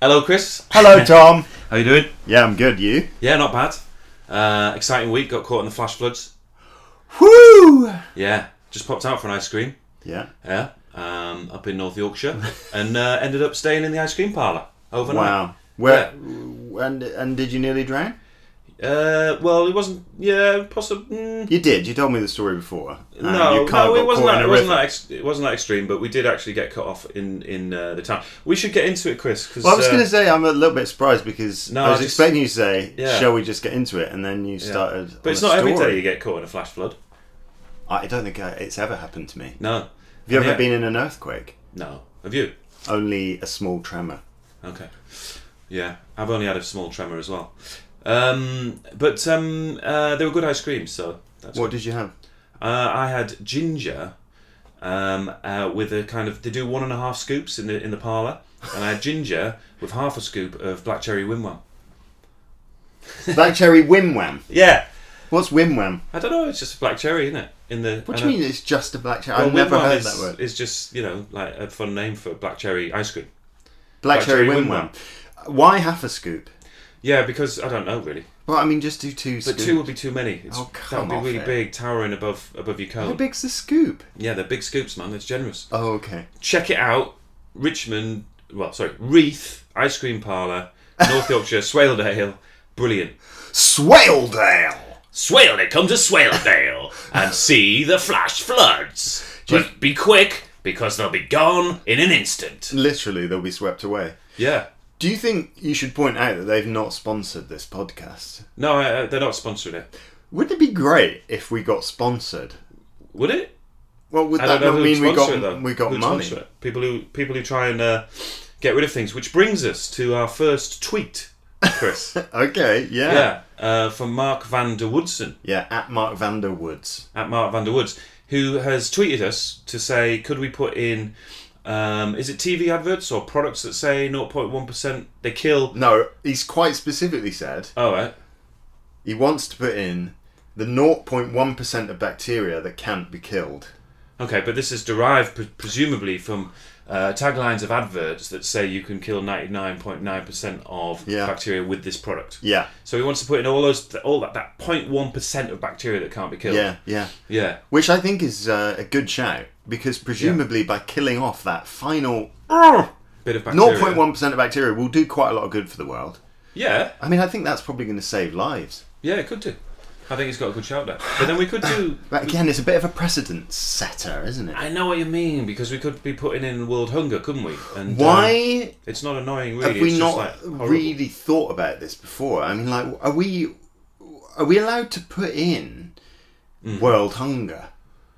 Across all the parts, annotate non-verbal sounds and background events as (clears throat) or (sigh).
Hello, Chris. Hello, Tom. How you doing? yeah, I'm good. You? Yeah, not bad. Uh, exciting week. Got caught in the flash floods. Woo! Yeah, just popped out for an ice cream. Yeah. Yeah, um, up in North Yorkshire, (laughs) and uh, ended up staying in the ice cream parlour overnight. Wow. Where? And and did you nearly drown? Uh, well, it wasn't. Yeah, possible. You did. You told me the story before. Um, no, you kinda no, got it wasn't caught that. in a It wasn't river. that, ex- it wasn't that extreme, but we did actually get cut off in in uh, the town. We should get into it, Chris. 'cause, Well, I was uh, going to say I'm a little bit surprised because No, I was I just- expecting you to say, Yeah. "Shall we just get into it?" And then you yeah. started. But on it's a not every story. day you get caught in a flash flood. I don't think I, it's ever happened to me. No, Have you ever Yeah. been in an earthquake? no. Have you? Only a small tremor. Okay. Yeah, I've only had a small tremor as well. Um, but um, uh, they were good ice creams, so that's What did you have? (laughs) Uh, I had ginger um, uh, with a kind of they do one and a half scoops in the in the parlour, and I had ginger with half a scoop of black cherry wimwam. Black cherry wim wham. Yeah, What's wim wham? I don't know. It's just black cherry, isn't it? In the What I do you know- mean? It's just a black cherry. Well, I've never wimwam heard is, that word. It's just you know like a fun name for black cherry ice cream. Black, black cherry cherry wim wim wham. Why half a scoop? Yeah, because I don't know really, Well, I mean, just do two but scoops. two would be too many. It's, Oh, that come would be off really it. big, towering above above your How cone. big's the scoop? Yeah, they're big scoops, man. That's generous. Oh, okay. check it out. Richmond, well, sorry, Wreath Ice Cream Parlour, North Yorkshire, (laughs) Swaledale. Brilliant. Swaledale! Swaledale, come to (laughs) Swaledale and see the flash floods. Just be quick because they'll be gone in an instant. Literally, they'll be swept away. Yeah. Do you think you should point out that they've not sponsored this podcast? No, I, I- they're not sponsoring it. Wouldn't it be great if we got sponsored? Would it? Well, would I don't that know not who'd mean we sponsor it, though. got we got Who'd money? sponsor it? People who people who try and uh, get rid of things. Which brings us to our first tweet, (laughs) Chris. Okay, yeah. yeah, yeah, uh, from Mark van der Woodson. At Mark Vander Woods. at Mark Van der Woods, who has tweeted us to say, could we put in, um, is it TV adverts or products that say 0.1% they kill? Oh, uh, No, he's quite specifically said All right. he wants to put in the 0.1 percent of bacteria that can't be killed. Okay, but this is derived pre- presumably from uh, taglines of adverts that say you can kill 99.9% of Yeah. bacteria with this product. Yeah, So he wants to put in all those, all that, that 0.1% of bacteria that can't be killed. yeah, yeah. Yeah. Which I think is uh, a good shout because presumably by killing off that final Ah! Bit of bacteria. 0.1% of bacteria will do quite a lot of good for the world. Yeah. I mean, I think that's probably going to save lives. Yeah, it could do. I think he's got a good shout there. But then we could do But again, it's a bit of a precedent setter, isn't it? I know what you mean because we could be putting in world hunger, couldn't we? And um, Why it's not annoying, really. have we it's just not like horrible. really thought about this before? I mean, like, are we are we allowed to put in Hmm. world hunger?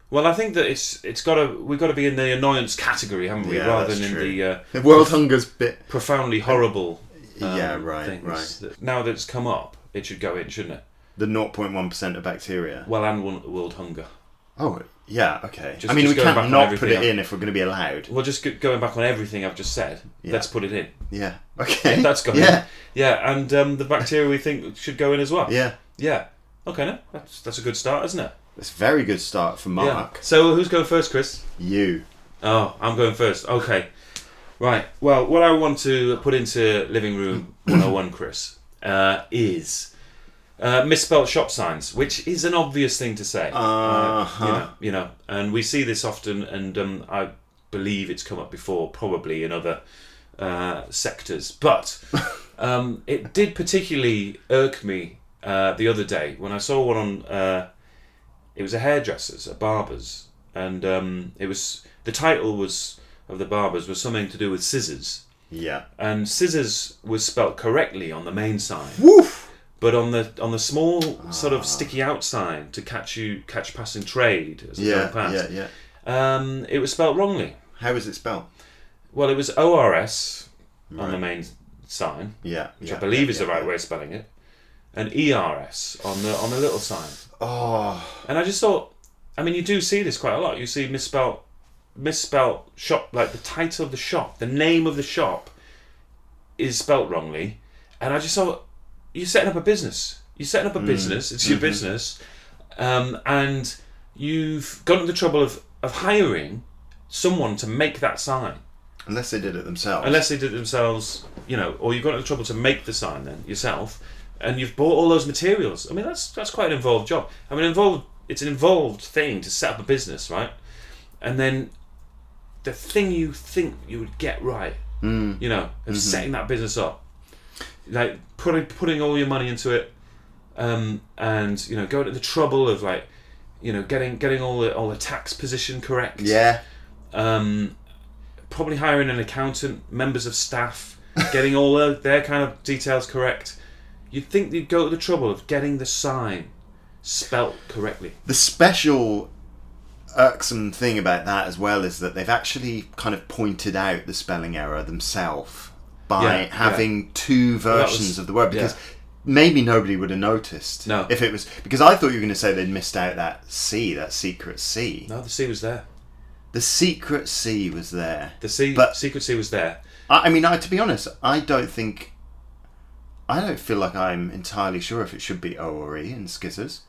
Well, I think that it's it's got to we've got to be in the annoyance category, haven't we? Yeah, Rather that's than in true. the uh, World hunger's bit. profoundly horrible. um, yeah, right, things right. that- now that it's come up, it should go in, shouldn't it? The 0.1% of bacteria. Well, and won- world hunger. Oh, yeah, okay. Just- I mean, just we going back can't on not everything put it else. in if we're going to be allowed. Well, just go- going back on everything I've just said, Yeah. let's put it in. (laughs) Yeah. Okay. That's gone Yeah. in. Yeah, and um, the bacteria we think should go in as well. Yeah. Yeah. Okay, no, that's that's a good start, isn't it? It's a very good start for Mark. Yeah. So who's going first, Chris? You. Oh, I'm going first. Okay. Right. Well, what I want to put into Living Room 101, Chris, uh, is uh, misspelled shop signs, which is an obvious thing to say. Uh, Uh-huh. You, know, you know, and we see this often, and um, I believe it's come up before, probably in other uh, sectors. But um, it did particularly irk me uh, the other day when I saw one on. Uh, it was a hairdresser's, a barber's, and um, it was the title was of the barber's was something to do with scissors, Yeah. and scissors was spelt correctly on the main sign, Woof. but on the on the small sort Ah. of sticky out sign to catch you catch passing trade as they go Yeah. past, Yeah. Yeah. um, it was spelt wrongly. How is it spelled? Well, it was ORS on the main sign, Yeah. which yeah, I believe yeah, is the yeah, right yeah. way of spelling it, and ERS on the on the little sign. Oh. And I just thought, I mean, you do see this quite a lot. You see misspelt, misspelt shop, like the title of the shop, the name of the shop is spelt wrongly. And I just thought, you're setting up a business. You're setting up a business. It's your business, um, and you've gone to the trouble of of hiring someone to make that sign. Unless they did it themselves. Unless they did it themselves, you know, or you've gone to trouble to make the sign then yourself, and you've bought all those materials. I mean, that's that's quite an involved job. I mean, involved. It's an involved thing to set up a business, right? And then the thing you think you would get right, you know, of setting that business up, like putting putting all your money into it, um, and you know, going to the trouble of like, you know, getting getting all the all the tax position correct Yeah. um, probably hiring an accountant, members of staff, getting all their, their kind of details correct. You'd think they'd go to the trouble of getting the sign spelt correctly. The special irksome thing about that as well is that they've actually kind of pointed out the spelling error themselves by Yeah, having two that versions was- of the word because yeah. maybe nobody would have noticed No. if it was because I thought you were going to say they'd missed out that C, that secret C. No, the C was there. The secret C was there. The C, But- secret C was there. I, I mean, I, to be honest, I don't think. I don't feel like I'm entirely sure if it should be O or E in Skizzers.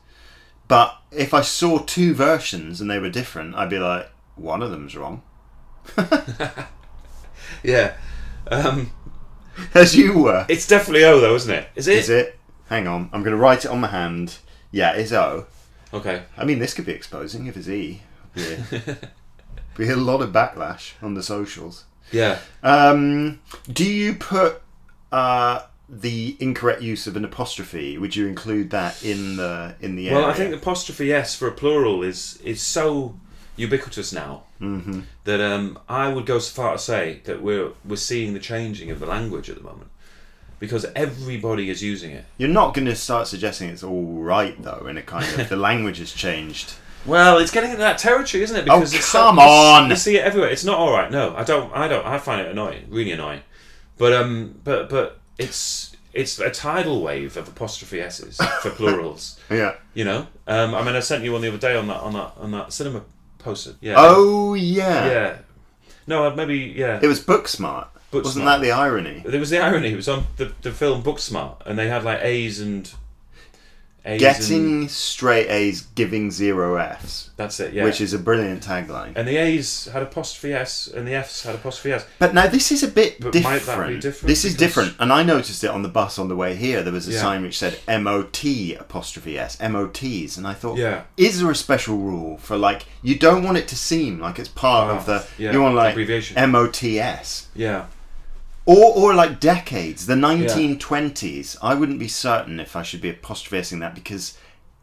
But if I saw two versions and they were different, I'd be like, one of them's wrong. (laughs) Yeah. Um, As you were. it's definitely O though, isn't it? Is it? Is it? Hang on. I'm going to write it on my hand. Yeah, it's O. Okay. I mean, this could be exposing if it's E. Yeah. be a lot of backlash on the socials. (laughs) Yeah. Um, do you put uh, the incorrect use of an apostrophe? Would you include that in the in the Well, I area? think apostrophe s for a plural is is so ubiquitous now that um, I would go so far to say that we're we're seeing the changing of the language at the moment because everybody is using it. you're not going to start suggesting it's all right though. In a kind of the language (laughs) has changed. Well, it's getting into that territory, isn't it? Oh, it's come you s- on! You see it everywhere. It's not all right. No, I don't. I don't. I find it annoying, really annoying. But um, but but it's it's a tidal wave of apostrophe s's (laughs) for plurals. Yeah. You know, um, I mean, I sent you one the other day on that on that on that cinema poster. Yeah. Oh yeah. Yeah. No, uh, maybe yeah. It was Booksmart. Wasn't Booksmart. that the irony? There was the irony. It was on the, the film Booksmart, and they had like A's and A's And, Getting straight A's, giving zero F's, that's it. Yeah. which is a brilliant tagline. and the A's had apostrophe S, and the F's had apostrophe S. But now this is a bit But might that different. be different? This is Because- different, and I noticed it on the bus on the way here. There was a Yeah. sign which said "MOT" apostrophe s MOTs, and I thought, Yeah. is there a special rule for like you don't want it to seem like it's part Ah, of the yeah, you want like abbreviation. MOTS Yeah. or or like decades, the 1920s. I wouldn't be certain if I should be apostrophizing that because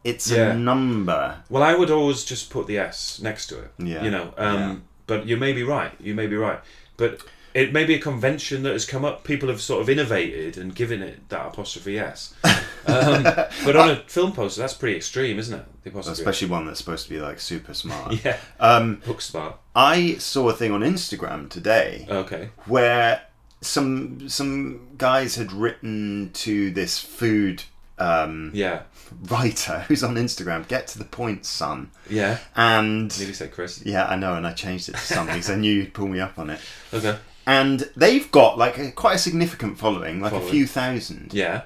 it's Yeah. a number. Well, I would always just put the S next to it. Yeah. You know, um, Yeah. but you may be right. You may be right. But it may be a convention that has come up. People have sort of innovated and given it that apostrophe (laughs) S. Um, but on a film poster, that's pretty extreme, isn't it? The apostrophe. S. Especially one that's supposed to be (laughs) like super smart. Yeah. (laughs) Um, Booksmart. I saw a thing on Instagram today Okay. where some some guys had written to this food um, Yeah. writer (laughs) who's on Instagram. Get to the point, son. Yeah. And Nearly said Chris. yeah, I know, and I changed it to son because I knew you'd pull me up on it. Okay. And they've got like a, quite a significant following, like a Following. few thousand. Yeah.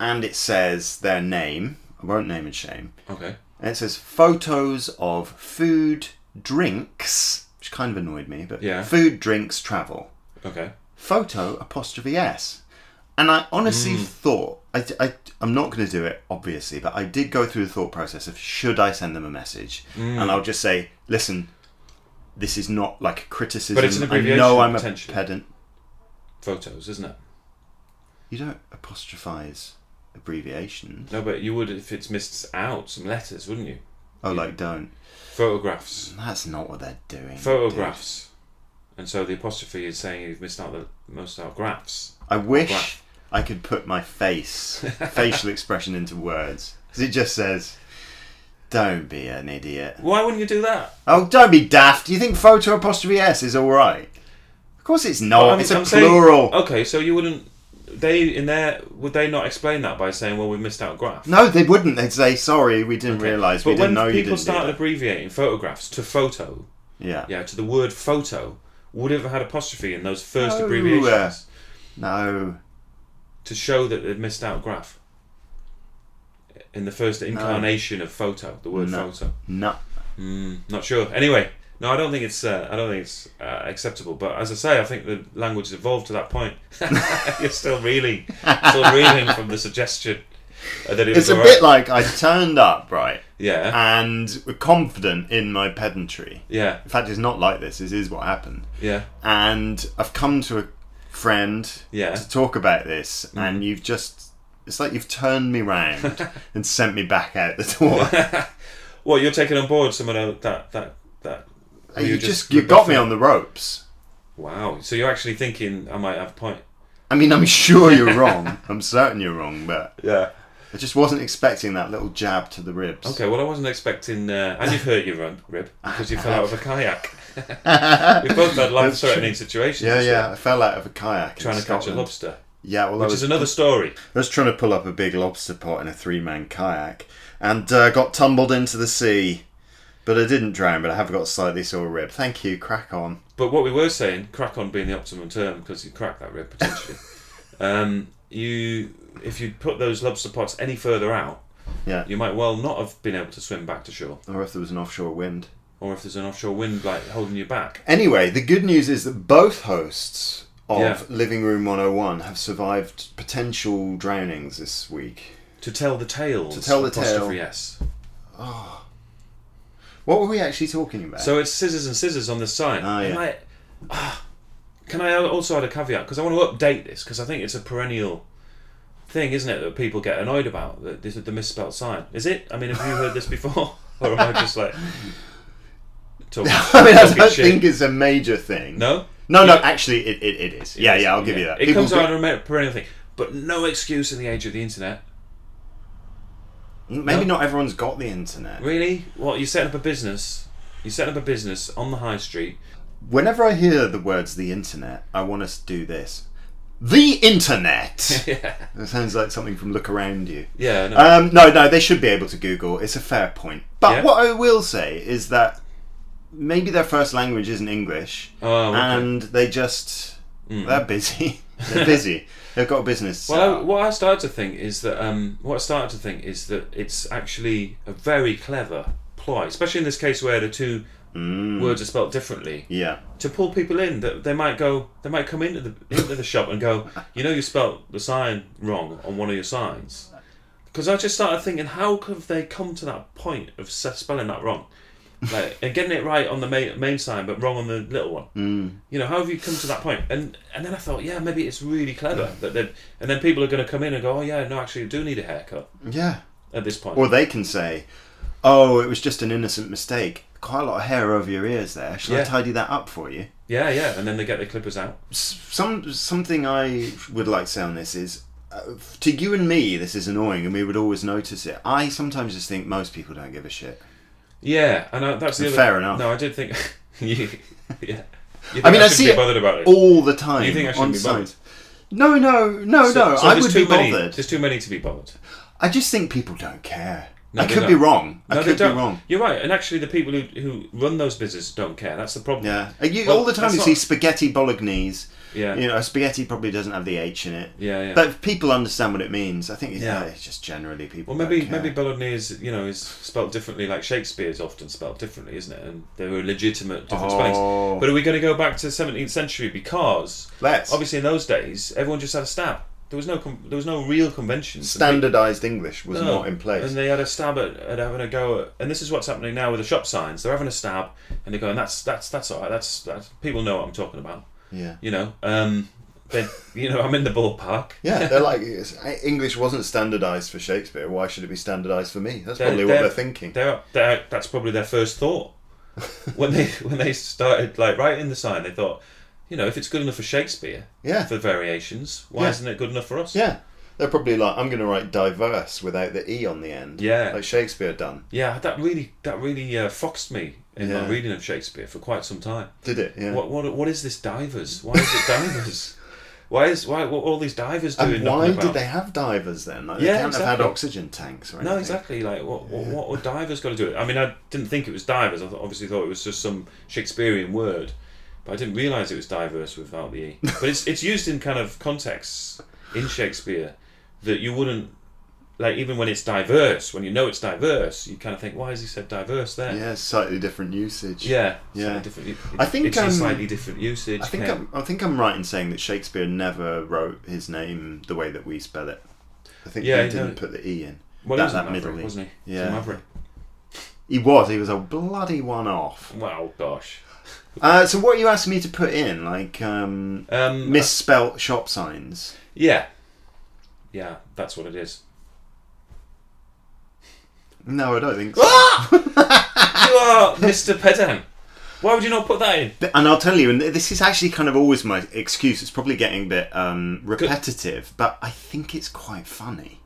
And it says their name. I won't name and shame. Okay. And it says photos of food, drinks, which kind of annoyed me, but Yeah. food, drinks, travel. Okay. photo apostrophe s and i honestly Hmm. thought I, I, i'm not going to do it obviously but i did go through the thought process of should i send them a message Hmm. and i'll just say listen this is not like a criticism But it's an i know abbreviation, i'm a potentially. pedant Photos, isn't it? you don't apostrophize abbreviations No, but you would if it's missed out some letters, wouldn't you? oh like don't Photographs. that's not what they're doing Photographs. And so the apostrophe is saying you've missed out the most out graphs. dude. i wish Right. i could put my face (laughs) facial expression into words 'Cause it just says don't be an idiot Why wouldn't you do that? Oh, don't be daft. Do you think photo apostrophe s is all right? Of course it's not. I'm- Oh, it's a I'm saying- Oh. plural. okay, so you wouldn't. They in there would they not explain that by saying, "Well, we missed out graph." no, they wouldn't. They'd say, "Sorry, we didn't realise. But We when didn't know you people didn't." started do abbreviating photographs to photo, that. Yeah. yeah, to the word photo, would have had apostrophe in those first No, uh, abbreviations No. to show that they'd missed out graph. In the first incarnation of photo, the word No. photo. No. Mm, not sure. Anyway, No, I don't think it's. Uh, I don't think it's uh, acceptable. But as I say, I think the language has evolved to that point. (laughs) You're still reeling, still reeling from the suggestion uh, that it was It's a all bit right. like I turned up, right, yeah, and were confident in my pedantry. yeah, In fact, it's not like this. This is what happened. yeah, And I've come to a friend yeah. Mm. to talk about this, and you've just. It's like you've turned me (laughs) round and sent me back out the door. Well, you're taking on board some of the- that that that. or you you're just you got me rebuffing- on the ropes. Wow. So you're actually thinking I might have a point. I mean, I'm sure (laughs) you're wrong. I'm certain you're wrong, but Yeah. I just wasn't expecting that little jab to the ribs. Okay. Well, I wasn't expecting, uh, and you've hurt your rib rib because you fell out of a kayak. (laughs) we both had life-threatening situations. Yeah, this year, yeah. I fell out of a kayak. in Trying to catch a Scotland. lobster, Yeah, well, I which is was, another story. I was trying to pull up a big lobster pot in a three-man kayak, and uh, got tumbled into the sea. But I didn't drown. But I have got a slightly sore rib. Thank you. Crack on. But what we were saying, crack on being the optimum term because you crack that rib (laughs) potentially. um, you, if you put those lobster pots any further out, Yeah. you might well not have been able to swim back to shore, Or if there was an offshore wind. or if there's an offshore wind like holding you back. Anyway, the good news is that both hosts of Yeah. Living Room 101 have survived potential drownings this week. To tell the tales. To tell the apostrophe tale. S. What were we actually talking about? So it's scissors and scissors on the sign. Ah, yeah. Am I- ah, can I also add a caveat because I want to update this because I think it's a perennial thing, isn't it, that people get annoyed about that this is the misspelled sign. Is it? I mean, have you heard this before, (laughs) or am I just like? Talking, (laughs) I mean, I talking don't shit? think it's a major thing. No. no, no, Yeah. actually, it, it, it is. Yeah, yeah, I'll give you that. It People comes do- out of a perennial thing, but no excuse in the age of the internet. Maybe No. not everyone's got the internet. Really? What you setting up a business? You setting up a business on the high street? Whenever I hear the words the internet, I want us to do this. The (laughs) internet! yeah. that sounds like something from Look Around You. Yeah. No. Um, no, no, they should be able to Google. It's a fair point. But Yeah. what I will say is that maybe their first language isn't English, Oh, okay. Hmm. and they just they're busy. (laughs) they're busy. They've got a business. set Well, I, up. what I started to think is that um, what I started to think is that it's actually a very clever ploy, especially in this case where the two words are spelt differently, yeah, to pull people in. That they might go, they might come into the into the shop and go, you know, you spelt the sign wrong on one of your signs. Because I just started thinking, how could they come to that point of s- spelling that wrong? Like, and getting it right on the main, main sign, but wrong on the little one you know, how have you come to that point? And and then I thought, yeah, maybe it's really clever that then, and then people are going to come in and go, oh yeah, no, actually, I do need a haircut yeah. at this point. Or they can say, "Oh, it was just an innocent mistake. Quite a lot of hair over your ears there. Shall I Yeah. tidy that up for you?" yeah, yeah, and then they get their clippers out. S- Some something I would like to say on this is. uh, To you and me, this is annoying, and we would always notice it. I sometimes just think most people don't give a shit. Yeah, and I, that's the other, Fair enough. No, I did think, (laughs) you, yeah. You think I mean, I shouldn't see be it bothered about it. all the time. You think I shouldn't on be bothered? signs. No, no, no, So- no. so I there's would too be many, bothered. There's too many to be bothered. I just think people don't care. No, I they could be don't. wrong. No, I they could be don't. wrong. You're right, and actually, the people who who run those businesses don't care. That's the problem. Yeah. Uh, You, Well, all the time that's you see not- spaghetti bolognese. Yeah. You know, spaghetti probably doesn't have the H in it. Yeah, yeah. But if people understand what it means. I think yeah, Yeah. it's just generally people. Well, maybe don't care. maybe Bolognese, you know, is spelt differently, like Shakespeare's often spelt differently, isn't it? And there were legitimate different Oh. spellings. But are we going to go back to seventeenth century because Let's. obviously in those days everyone just had a stab. There was no com- there was no real conventions. standardized English was No. not in place. And they had a stab at, at having a go at, and this is what's happening now with the shop signs. They're having a stab and they're going, That's that's that's all right, that's that's people know what I'm talking about. yeah. (laughs) You know. Um they (laughs) you know, I'm in the ballpark. Yeah, they're like it's- English wasn't standardized for Shakespeare. Why should it be standardized for me? That's probably what they're thinking. They're, they're, that's probably their first (laughs) thought when they when they started like writing the sign. They thought, you know, if it's good enough for Shakespeare yeah, for variations, why Yeah. isn't it good enough for us? yeah. They're probably like, I'm going to write diverse without the e on the end. Yeah. like Shakespeare done. Yeah, that really that really uh, foxed me in Yeah. my reading of Shakespeare for quite some time. Did it? Yeah. What what what is this divers? Why is it (laughs) divers? why is why what are all these divers doing? And knocking why about? did they have divers then? Like, they Yeah, can't have had exactly. oxygen tanks or anything. No, exactly. Like, what, what, what were divers got to do with it? I mean, I didn't think it was divers. I th- obviously thought it was just some Shakespearean word, but I didn't realise it was diverse without the (laughs) e. But it's it's used in kind of contexts in Shakespeare that you wouldn't like even when it's diverse, when you know it's diverse, you kind of think, why has he said diverse there? Yeah, slightly different usage. Yeah, Yeah. slightly Different, it- I think, it's a um, slightly different usage. I think um, yeah. I'm, I think I'm right in saying that Shakespeare never wrote his name the way that we spell it. I think Yeah, he I didn't know. put the e in. well, that- he was a that maverick, middle E. wasn't he? He was Yeah. a maverick. He was. He was a bloody one off. Wow, gosh. Uh, so what are you asking me to put in, like um, Um, misspelt shop signs? Yeah, yeah, that's what it is. No, I don't think so. Ah! you (laughs) are Mr. Pedant. Why would you not put that in? Th- And I'll tell you, and th- this is actually kind of always my excuse. It's probably getting a bit um, repetitive, but I think it's quite funny,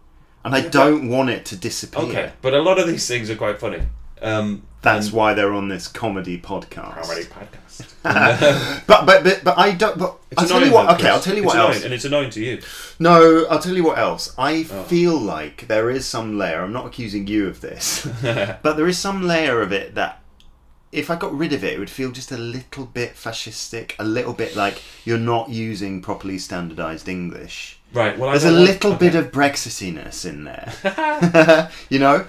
and I don't want it to disappear. Okay, but a lot of these things are quite funny. Um, That's why they're on this comedy podcast. comedy podcast. But but but, but I don't. But It's I'll tell annoying you what. though, okay, Chris. I'll tell you It's what annoying, Oh. else. and it's annoying to you. No, I'll tell you what else. I feel like there is some layer. I'm not accusing you (laughs) of this, but there is some layer of it that, if I got rid of it, it would feel just a little bit fascistic, a little bit like you're not using properly standardised English. Right. Well, There's I a don't want- little okay. bit of Brexitiness (laughs) in there, (laughs) you know.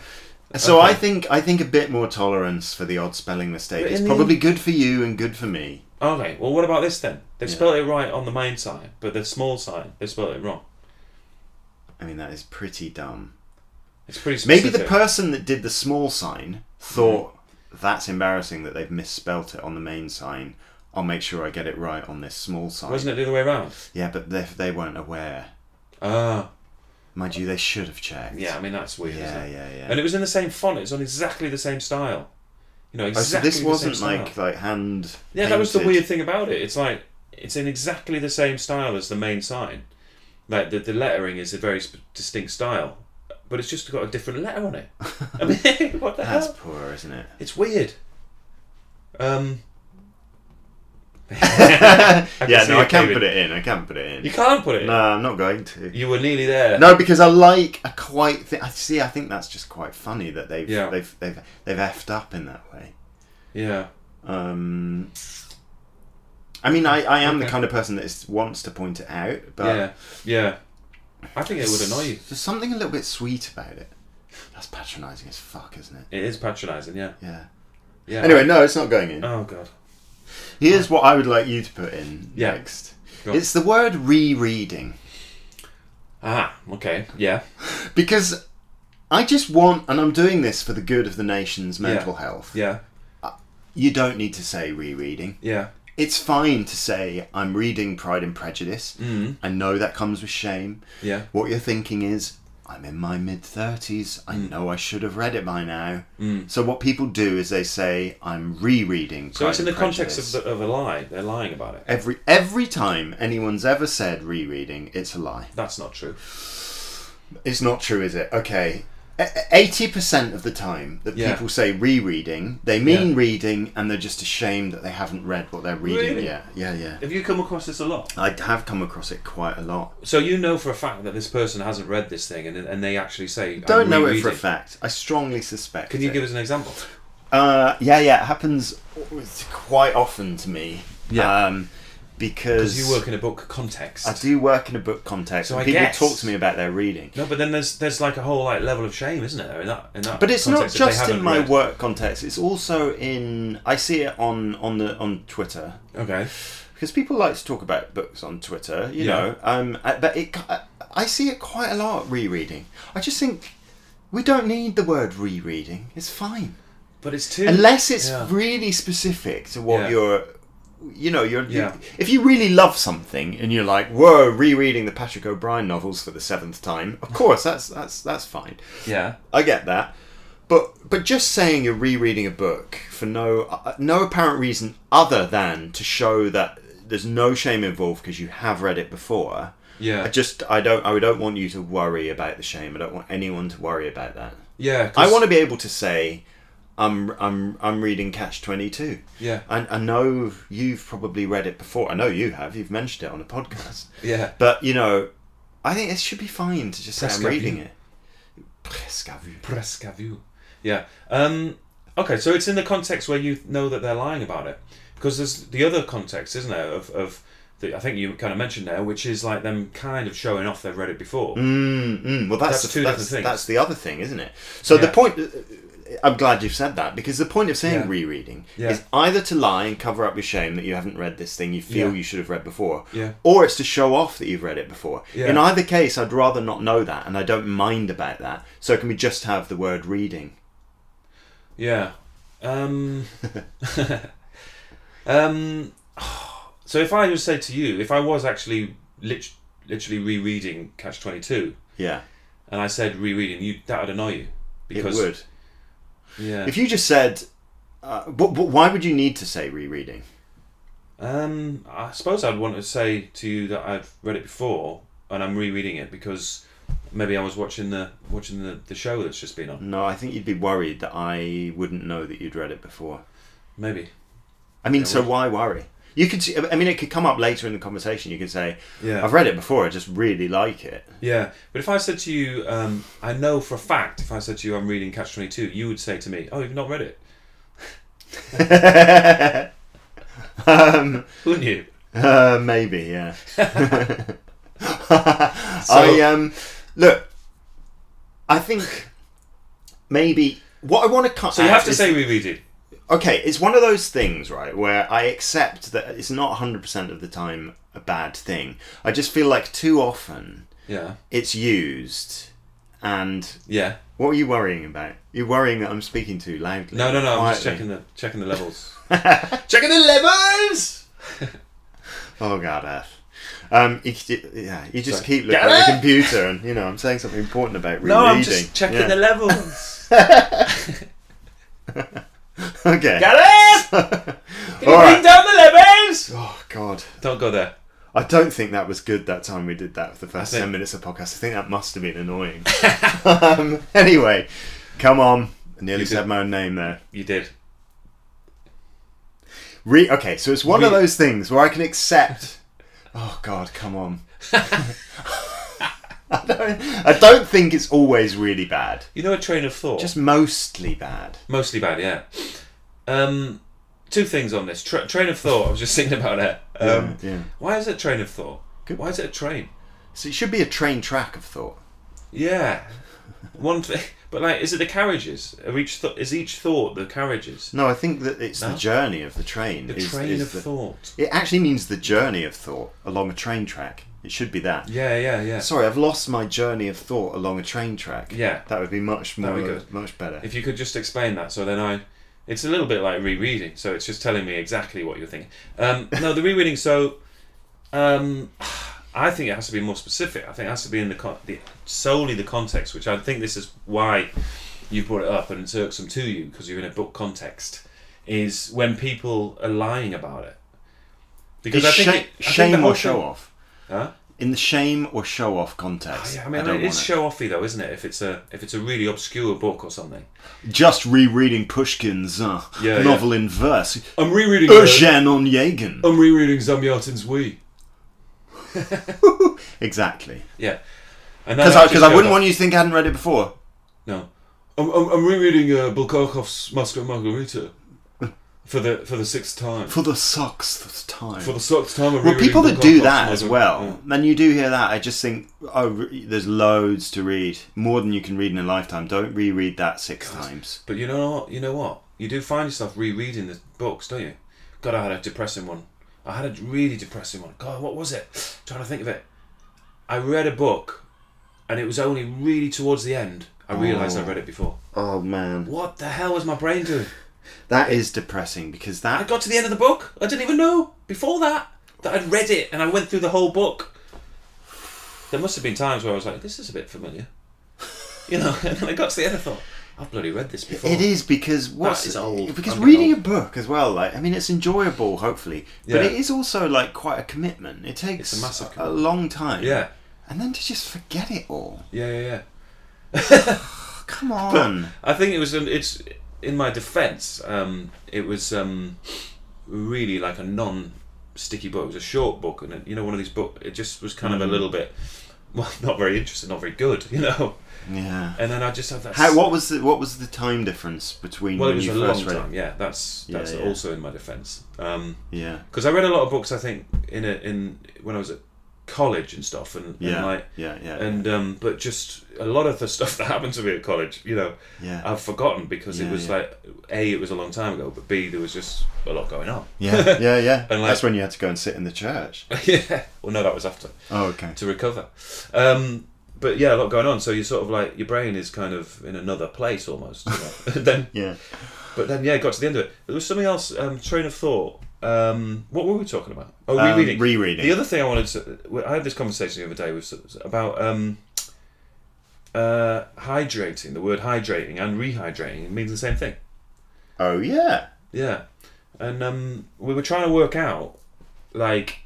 So I think I think a bit more tolerance for the odd spelling mistake But is in the probably good for you and good for me. Okay. Well, what about this then? They've spelled it right on the main sign, but the small sign they spelled it wrong. I mean that is pretty dumn. It's pretty specific. Maybe the person that did the small sign thought Mm-hmm. that's embarrassing that they've misspelt it on the main sign. I'll make sure I get it right on this small sign. wasn't it the other way around? Yeah, but they, they weren't aware. Ah, Mind you, they should have checked. yeah. I mean, that's weird. isn't yeah, it? yeah, yeah. And it was in the same font. It's on exactly the same style. You know, Oh, so exactly. this the wasn't same like style. like hand. Yeah, that was the painted. weird thing about it. It's like it's in exactly the same style as the main sign. Like the, the lettering is a very sp- distinct style, but it's just got a different letter on it. I mean, (laughs) what the That's hell? poor, isn't it? It's weird. Um, (laughs) yeah, see no, I it can coming. put it in. I can put it you in. can't put it. in. No, I'm not going to. You were nearly there. No, because I like. I quite. Th- I see. I think that's just quite funny that they've Yeah. they've they've they've effed up in that way. Yeah. Um, I mean, I, I am the Okay. kind of person that is, wants to point it out, but yeah. Yeah. I think it would annoy you. There's something a little bit sweet about it. That's patronising as fuck, isn't it? It is patronising. Yeah. Yeah. Yeah. Anyway, no, it's not going in. Oh God. Here's what I would like you to put in Yeah. next. Go on. It's the word rereading. Ah. Okay. Yeah. Because I just want, and I'm doing this for the good of the nation's mental health. Yeah. You don't need to say rereading. Yeah. It's fine to say, I'm reading Pride and Prejudice. Mm. I know that comes with shame. Yeah. What you're thinking is, I'm in my mid 30s. I know I should have read it by now. Mm. So what people do is they say, I'm rereading. So Pride it's in the and context Prejudice." of, the, of a lie. They're lying about it. every every time anyone's ever said rereading, it's a lie. That's not true. It's not true, is it? Okay. Eighty percent of the time that Yeah. people say rereading, they mean reading, and they're just ashamed that they haven't read what they're reading Really? yet. Yeah, yeah. Have you come across this a lot? I have come across it quite a lot. So you know for a fact that this person hasn't read this thing, and and they actually say "I'm Don't know it for a rereading." fact. I strongly suspect. Can you it. give us an example? Uh, yeah, yeah. It happens quite often to me. Yeah. Um, because Because you work in a book context. I do work in a book context, So and I people guess- talk to me about their reading. No, but then there's there's like a whole like level of shame, isn't there? In that, in that But it's not context, if they just in haven't my read- work context. It's also in. I see it on on the on Twitter Okay. because people like to talk about books on Twitter. You Yeah. know, um, I- but it. I- I see it quite a lot rereading. I just think we don't need the word rereading. It's fine But it's too unless it's Yeah. really specific to what Yeah. you're. You know, you're, Yeah. you, if you really love something and you're like, "Whoa, rereading the Patrick O'Brien novels for the seventh time," of course, that's that's that's fine. Yeah. I get that, but but just saying you're rereading a book for no uh, no apparent reason other than to show that there's no shame involved because you have read it before. Yeah. I just I don't I don't want you to worry about the shame. I don't want anyone to worry about that. yeah. 'cause- I want to be able to say. I'm I'm I'm reading Catch Twenty Two. Yeah. I, I know you've probably read it before. I know you have. You've mentioned it on a podcast. Yeah. But you know, I think it should be fine to just say Presque I'm reading vu. it. Presque à vue. Presque à vue. Yeah. Um, okay, so it's in the context where you know that they're lying about it. Because there's the other context, isn't there, of, of that I think you kind of mentioned there, which is like them kind of showing off they've read it before. Mm, mm. Well, that's, That's the, two that's, different things. That's the other thing, isn't it? So the Yeah. point. I'm glad you've said that because the point of saying Yeah. rereading Yeah. is either to lie and cover up your shame that you haven't read this thing you feel Yeah. you should have read before, Yeah. or it's to show off that you've read it before. Yeah. In either case, I'd rather not know that, and I don't mind about that. So can we just have the word reading? Yeah. Um, (laughs) um, so if I just say to you, if I was actually lit- literally rereading Catch Twenty Two, Yeah, and I said rereading, you that would annoy you because it would. yeah. If you just said, uh, but, but why would you need to say rereading? Um, I suppose I'd want to say to you that I've read it before and I'm rereading it because maybe I was watching the watching the, the show that's just been on. No, I think you'd be worried that I wouldn't know that you'd read it before. Maybe. I mean, Yeah, so we- why worry? You could. see- I mean, it could come up later in the conversation. You could say, Yeah. "I've read it before. I just really like (laughs) it." Yeah. But if I said to you, um, I know for a fact, if I said to you, I'm reading Catch Twenty Two, you would say to me, "Oh, you've not read it, (laughs) um, wouldn't you?" uh, (laughs) maybe, yeah. I um, look. I think maybe what I want to cut. So you out have to is- say rereading. okay, it's one of those things, right, where I accept that it's not hundred percent of the time a bad thing. I just feel like too often Yeah. it's used, and Yeah. What are you worrying about? You're worrying that I'm speaking too loudly. No, no, no. I'm just quietly. checking the checking the levels. (laughs) Checking the levers. oh God, F. Um, you, c- yeah, you just Sorry. keep looking Get at the it? computer, and you know I'm saying something important about rereading. no, I'm just checking Yeah. the levels. (laughs) Okay. Get it? Can you All right. bring down the levels? Oh God, Don't go there. I don't think that was good that time we did that for the first I think- ten minutes of podcast. I think that must have (laughs) been annoying. um, anyway, come on. I nearly You said did- my own name there. You did. Re- okay, so it's one of Re- those things where I can accept. (laughs) oh God, come on. (laughs) (laughs) I, don't, I don't think it's always really bad. You know a train of thought. Just mostly bad. Mostly bad, yeah. Um, two things on this Tra- train of thought. I was just thinking about it. Um, (laughs) yeah, yeah. Why is it a train of thought? Good. Why is it a train? So it should be a train track of thought. Yeah, (laughs) one thing. (laughs) But like, is it the carriages? Are each th- is each thought the carriages? No, I think that it's the No. journey of the train. The is- train is of the- thought. It actually means the journey of thought along a train track. It should be that. Yeah, yeah, yeah. Sorry, I've lost my journey of thought along a train track. Yeah. that would be much more, That'd be good. much better. If you could just explain that, so then I. It's a little bit like rereading, so it's just telling me exactly what you're thinking. Um, no, the rereading. So, um, I think it has to be more specific. I think it has to be in the, con- the solely the context, which I think this is why you brought it up, and it's irksome to you because you're in a book context. Is when people are lying about it. Because Is I think sha- it- I think the shame whole or show thing- off. Huh? in the shame or show off context. Yeah, I mean, don't it's want show offy though, isn't it? If it's a if it's a really obscure book or something. it. just rereading Pushkin's uh, Yeah, yeah. Oh. novel in verse. I'm rereading. Eugène on Jagen. I'm rereading Zamyatin's We. Exactly. Yeah. And Because I, 'cause I wouldn't want you to think I hadn't read it before. No. I'm, I'm, I'm rereading uh, Bulgakov's Moscow Margarita for the for the sixth time. For the sixth time. For the sixth time. I'm well, rereading people that do Bulgakov's that as Margarita. well, and you do hear that, I just think, oh, re- there's loads to read, more than you can read in a lifetime. Don't reread that six times. But you know what? You know what? You do find yourself rereading the books, don't you? God, I had a depressing one. I had a really depressing one. God, what was it? trying to think of it. I read a book, and it was only really towards the end I realised I Oh. read it before. Oh man, What the hell was my brain doing? that is depressing because I that got to the end of the book. I didn't even know before that that I'd read it, and I went through the whole book. There must have been times where I was like, "This is a bit familiar," you know. (laughs) And then I got to the end, I thought, "I've bloody read this before." It is because what's is old. because I'm getting reading old. a book as well. Like I mean, it's enjoyable, hopefully, but Yeah. it is also like quite a commitment. It takes It's a massive a commitment. long time. Yeah, and then to just forget it all. yeah, yeah, yeah. Oh, come on. I think it was. An, it's in my defence. Um, it was um, really like Mm. a non-sticky book. It was a short book, and it, you know, one of these book. It just was kind of a little bit (laughs) well, not very interesting, not very good, you know. Yeah. And then I just have that. How, what was the what was the time difference between well, it when was you a first long read time. Yeah, that's Yeah, that's yeah. also in my defence. Um, it? Yeah, because I read a lot of books. I think in a, in when I was at college and stuff, and, yeah, and like yeah, yeah, and um, but just a lot of the (laughs) stuff that happened to me at college, you know, yeah. (laughs) I've forgotten because it Yeah, was yeah. like a it was a long time ago, but b there was just a lot going on. (laughs) Yeah, yeah, yeah. And, like- That's when you had to go and sit in (laughs) the church. yeah. Well, no, that was after Oh, okay. to recover. Um, but yeah, a lot going on. So you sort of like your brain is kind of in another place almost. you know. (laughs) then, Yeah. but then yeah, got to the end of it. There was something else. Um, train of thought. Um, what were we talking about? Oh, Um, rereading. rereading. The other thing I wanted to, I had this conversation the other day with about um, uh, hydrating. The word hydrating and rehydrating it means the same thing. oh yeah. Yeah, and um, we were trying to work out, like,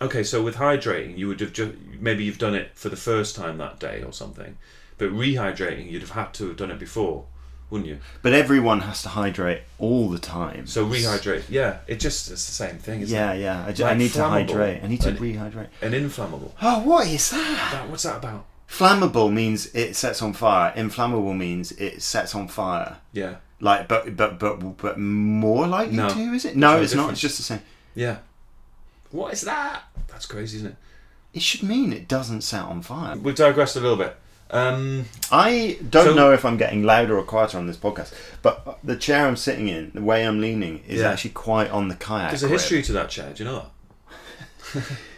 okay, so with hydrating, you would have just maybe you've done it for the first time that day or something, but rehydrating, you'd have had to have done it before, wouldn't you? But everyone has to hydrate all the time. So rehydrate, yeah, it just it's the same thing. Isn't Yeah, yeah. I, ju- Like I need to flammable. hydrate. I need to And- rehydrate. it? an inflammable. Oh, what is that? That, what's that (sighs) about? Flammable means it sets on fire. Inflammable means it sets on fire. Yeah, Like, but but but but more likely No. to is it? No, no it's not. difference. It's just the same. yeah. What is that? That's crazy, isn't it? It should mean it doesn't set on fire. We've digressed a little bit. Um, I don't So- know if I'm getting louder or quieter on this podcast, but the chair I'm sitting in, the way I'm leaning, is Yeah. actually quite on the kayak. there's a grip. history to that chair. Do you know that?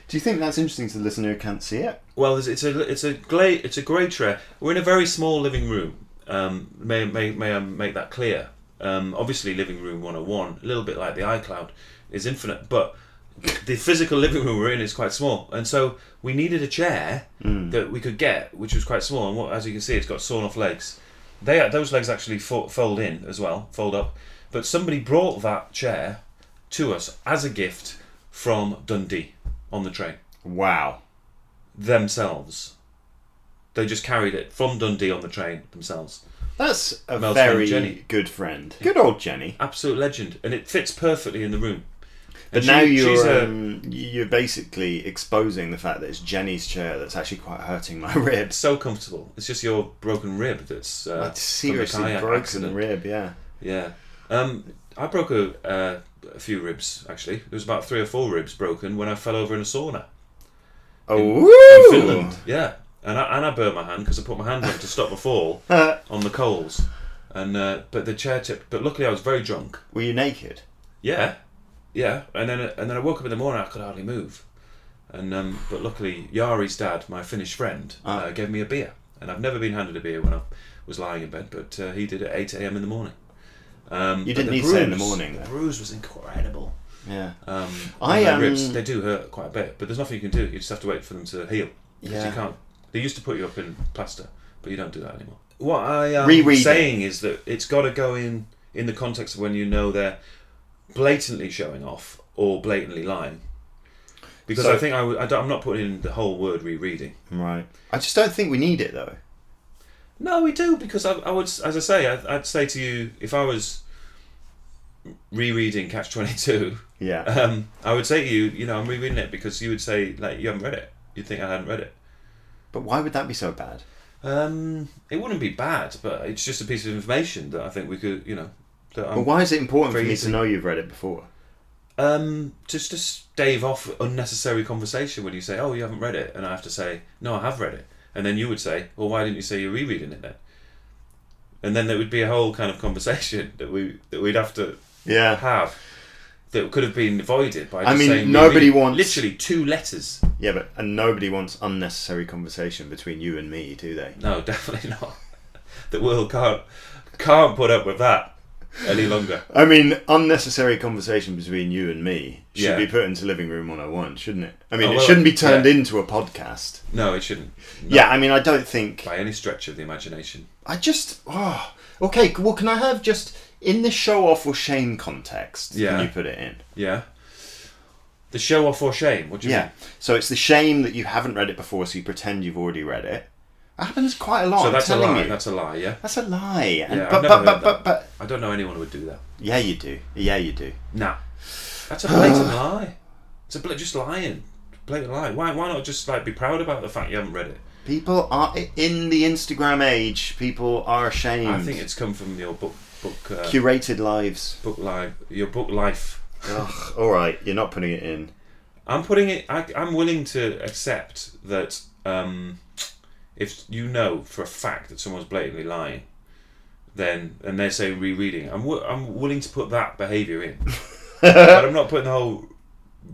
Do you think that's interesting to the listener who can't see it? Well, there's- it's a it's a gla- it's a grey tray. We're in a very small living room. Um, may may may I make that clear? Um, obviously, living room 101, a little bit like the iCloud, is infinite, but the physical living room we're in is quite small, and so we needed a chair that we could get, which was quite small. And what, as you can see, it's got sawn off legs. They those legs actually fo- fold in as well, fold up. But somebody brought that chair to us as a gift from Dundee on the train Wow. themselves. They just carried it from Dundee on the train themselves. That's a Mel's friend very Jenny. good friend. Good old Jenny. Absolute legend, and it fits perfectly in the room. But And she- now she's uh, you're a- um, you're basically exposing the fact that it's Jenny's chair that's actually quite hurting my (laughs) ribs. so comfortable. It's just your broken rib that's uh, That's from the seriously kayak broken accident. rib. Yeah. Yeah, um, I broke a, uh, a few ribs actually. There was about three or four ribs broken when I fell over in a sauna Oh. in woo! Finland. Yeah, and I, and I burnt my hand because I put my hand up to stop a fall (laughs) Uh, on the coals. And uh, but the chair tipped. But luckily I was very drunk. were you naked? Yeah, yeah. And then and then I woke up in the morning. I could hardly move. And um, but luckily, Yari's dad, my Finnish friend, Ah. uh, gave me a beer, and I've never been handed a beer when I was lying in bed. But uh, he did it at eight a.m. in the morning. Um, You but didn't the need to say in the bruise- morning, The though. bruise was incredible. Yeah. Um, I, I um, ribs they do hurt quite a bit, but there's nothing you can do. You just have to wait for them to heal. 'Cause Yeah. you can't. They used to put you up in plaster, but you don't do that anymore. What I am Reread it. saying is that it's got to go in in the context of when you know they're blatantly showing off or blatantly lying. Because So- I think I would, I don't, I'm not putting in the whole word rereading. Right. I just don't think we need it though. No, we do because I, I would, as I say, I, I'd say to you if I was rereading Catch Twenty Two, Yeah. um, I would say to you, you know, I'm rereading it because you would say like you haven't read it. You'd think I hadn't read it. But why would that be so bad? Um, it wouldn't be bad, but it's just a piece of information that I think we could, you know, that But I'm, why is it important for Very me to easy. know you've read it before? um, just to stave off unnecessary conversation when you say, "Oh, you haven't read it," and I have to say, "No, I have read it," and then you would say, "Well, why didn't you say you're rereading it then?" And then there would be a whole kind of conversation (laughs) that we that we'd have to Yeah. have that could have been avoided by. Just I mean, saying, nobody "Reread." wants- literally two letters. Yeah, but and nobody wants unnecessary conversation between you and me, do they? No, (laughs) definitely not. the world can't can't put up with that any longer. I mean, unnecessary conversation between you and me should Yeah. be put into Living Room 101, shouldn't it? I mean, Oh, it well, shouldn't be turned yeah. into a podcast. No, it shouldn't. No. Yeah, I mean, I don't think. by any stretch of the imagination. I just. Oh, okay, well, can I have just. In the show off or shame context, Yeah. can you put it in? Yeah. The show off or shame? What do you Yeah. mean? So it's the shame that you haven't read it before, so you pretend you've already read it. That happens quite a lot. So I'm that's a telling lie. you. That's a lie. Yeah. That's a lie. And, Yeah, I've but, never but, but, heard that. but, but, I don't know anyone who would do that. yeah, you do. Yeah, you do. (sighs) Nah. That's a blatant lie. It's a bl- just lying. blatant lie. Why why not just like be proud about the fact you haven't read it? People are in the Instagram age. People are ashamed. I think it's come from your book book uh, curated lives. book life your book life. Ugh, all right, you're not putting it in. I'm putting it. I, I'm willing to accept that um, if you know for a fact that someone's blatantly lying, then and they're saying rereading, I'm wi- I'm willing to put that behaviour (laughs) in, but I'm not putting the whole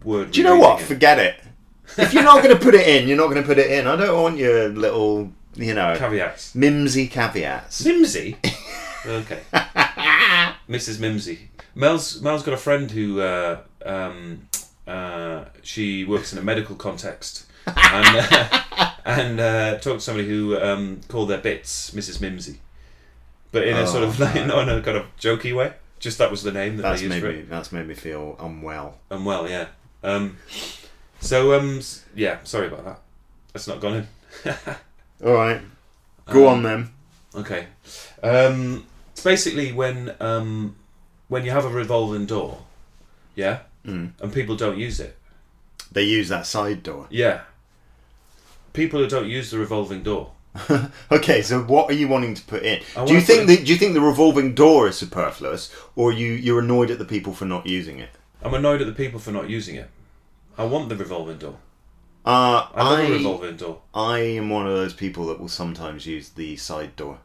word. Do you know what? rereading in. Forget (laughs) it. If you're not going to put it in, you're not going to put it in. I don't want your little, you know, Caveats. mimsy caveats. Mimsy. okay. (laughs) Mrs. Mimsy. Mel's Mel's got a friend who uh, um, uh, she works in a medical context and uh, and uh, talked to somebody who um, called their bits Mrs. Mimsy, but in a sort of like, (laughs) not in a kind of jokey way. Just that was the name that That's they used made for me. it. That's made me feel unwell. And well, yeah. Um, so um, s- yeah, sorry about that. That's not gone in. All right, go on then. Okay. Um, it's basically when um, when you have a revolving door, yeah, mm. and people don't use it, They use that side door. yeah. People who don't use the revolving door. Okay, so what are you wanting to put in? I Do you wanna think put that do you think the revolving door is superfluous, or you you're annoyed at the people for not using it? I'm annoyed at the people for not using it. I want the revolving door. Uh, I love a I revolving door. I am one of those people that will sometimes use the side door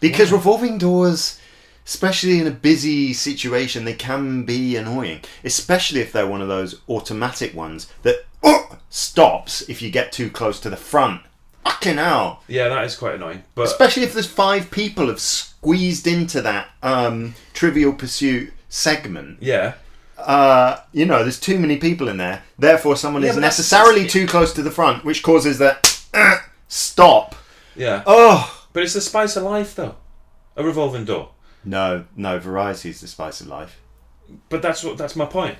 because revolving doors, especially in a busy situation, they can be annoying, especially if they're one of those automatic ones that oh, stops if you get too close to the front. Fucking hell! Yeah, that is quite annoying. But especially if there's five people have squeezed into that um, Trivial Pursuit segment. yeah, Uh, you know, there's too many people in there. Therefore, someone is but that's- necessarily that's- too close to the front, which causes that uh, stop. yeah. Oh But it's the spice of life, though. A revolving door. no, no, variety is the spice of life. But that's what that's my point.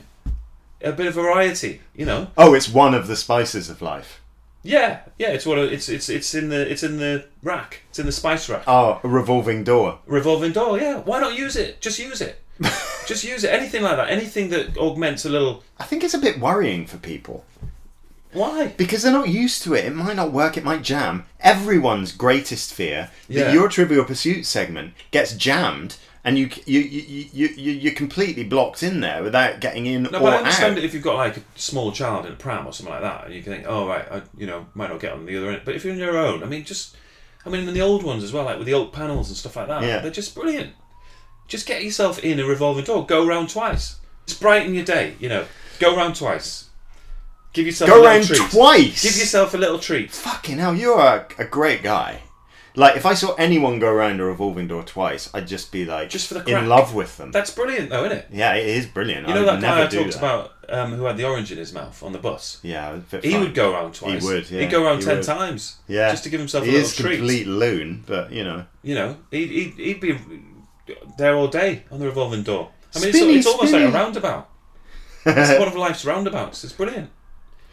A bit of variety, you know. Oh, it's one of the spices of life. Yeah, yeah. It's what it's it's it's in the it's in the rack. It's in the spice rack. Oh, a revolving door. revolving door. Yeah, why not use it? Just use (laughs) it. Just use it. Anything like that. Anything that augments a little. I think it's a bit worrying for people. Why? Because they're not used to it. It might not work. It might jam. Everyone's greatest fear Yeah. that your Trivial Pursuit segment gets jammed and you you you you you- you're completely blocked in there without getting in No, or but I understand out. it if you've got like a small child in a pram or something like that, and you can think, oh right, I you know might not get on the other end. But if you're on your own, I mean, just I mean, in the old ones as well, like with the old panels and stuff like that, Yeah. they're just brilliant. Just get yourself in a revolving door. Go round twice. Just brighten your day. You know, go round twice. Give yourself a Go little around treat. twice. Give yourself a little treat. Fucking hell, you're a, a great guy. Like if I saw anyone go around a revolving door twice, I'd just be like, Just for the crack. in love with them. That's brilliant, though, isn't it? yeah, it is brilliant. You know I would that guy I never do talked that. about um, who had the orange in his mouth on the bus? Yeah, a bit He fun. would go around twice. He would, yeah, He'd go around he ten would. times. Yeah, Just to give himself he a little is treat. complete loon, but you know. You know, he'd, he'd, he'd be there all day on the revolving door. I mean, Spinny, it's, it's almost spinny. Uh, like a roundabout. (laughs) It's one of life's roundabouts. It's brilliant. It's (laughs)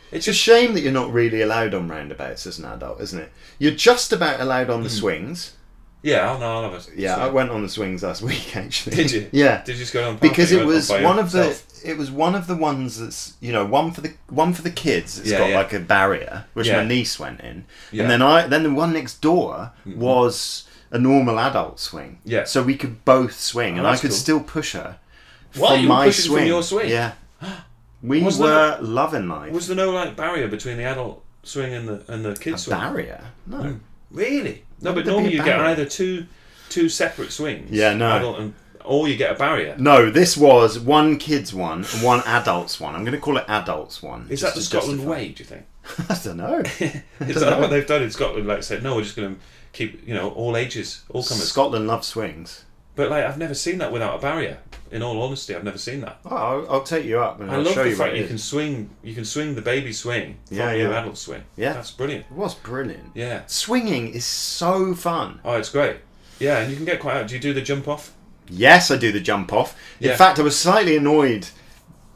It's a just shame that you're not really allowed on roundabouts as an adult, isn't it? You're just about allowed on the Mm-hmm. swings. yeah. I'll, no, I'll have it. Yeah, I went on the swings last (laughs) week (laughs) actually. Did you? Yeah, Did you just go down? the path because and it you went was off by one of the yourself? it was one of the ones that's you know one for the one for the kids. It's Yeah, got yeah. like a barrier, which Yeah. my niece went in, Yeah. Mm-hmm. and then I then the one next door was a normal adult swing. Yeah. Oh, so we could both swing, and I that's could cool. still push her Why from you were my pushing from swing. your swing? (gasps) Yeah, we Was there were loving life. Was there no like barrier between the adult swing and the and the kids swing? Hmm. barrier? No. Really? No, would but there normally be a you get barrier? either two two separate swings. Yeah, no. adult and- or you get a barrier. No, this was one kids one and one adults one. I'm going to call it adults one. Is just that the to Scotland justify- way? Do you think? (laughs) I don't know. (laughs) Is that what they've done in Scotland? Like said, no, we're just going to keep you know all ages, all comers. Scotland loves swings. But like, I've never seen that without a barrier. In all honesty, I've never seen that. Oh, I'll, I'll take you up and I I'll love show the you what fact it you is. can swing. You can swing the baby swing from Yeah, your yeah. adult swing. Yeah. that's brilliant. It was brilliant. Yeah. Swinging is so fun. Oh, it's great. Yeah, and you can get quite out. Do you do the jump off? Yes, I do the jump off. In Yeah. fact, I was slightly annoyed.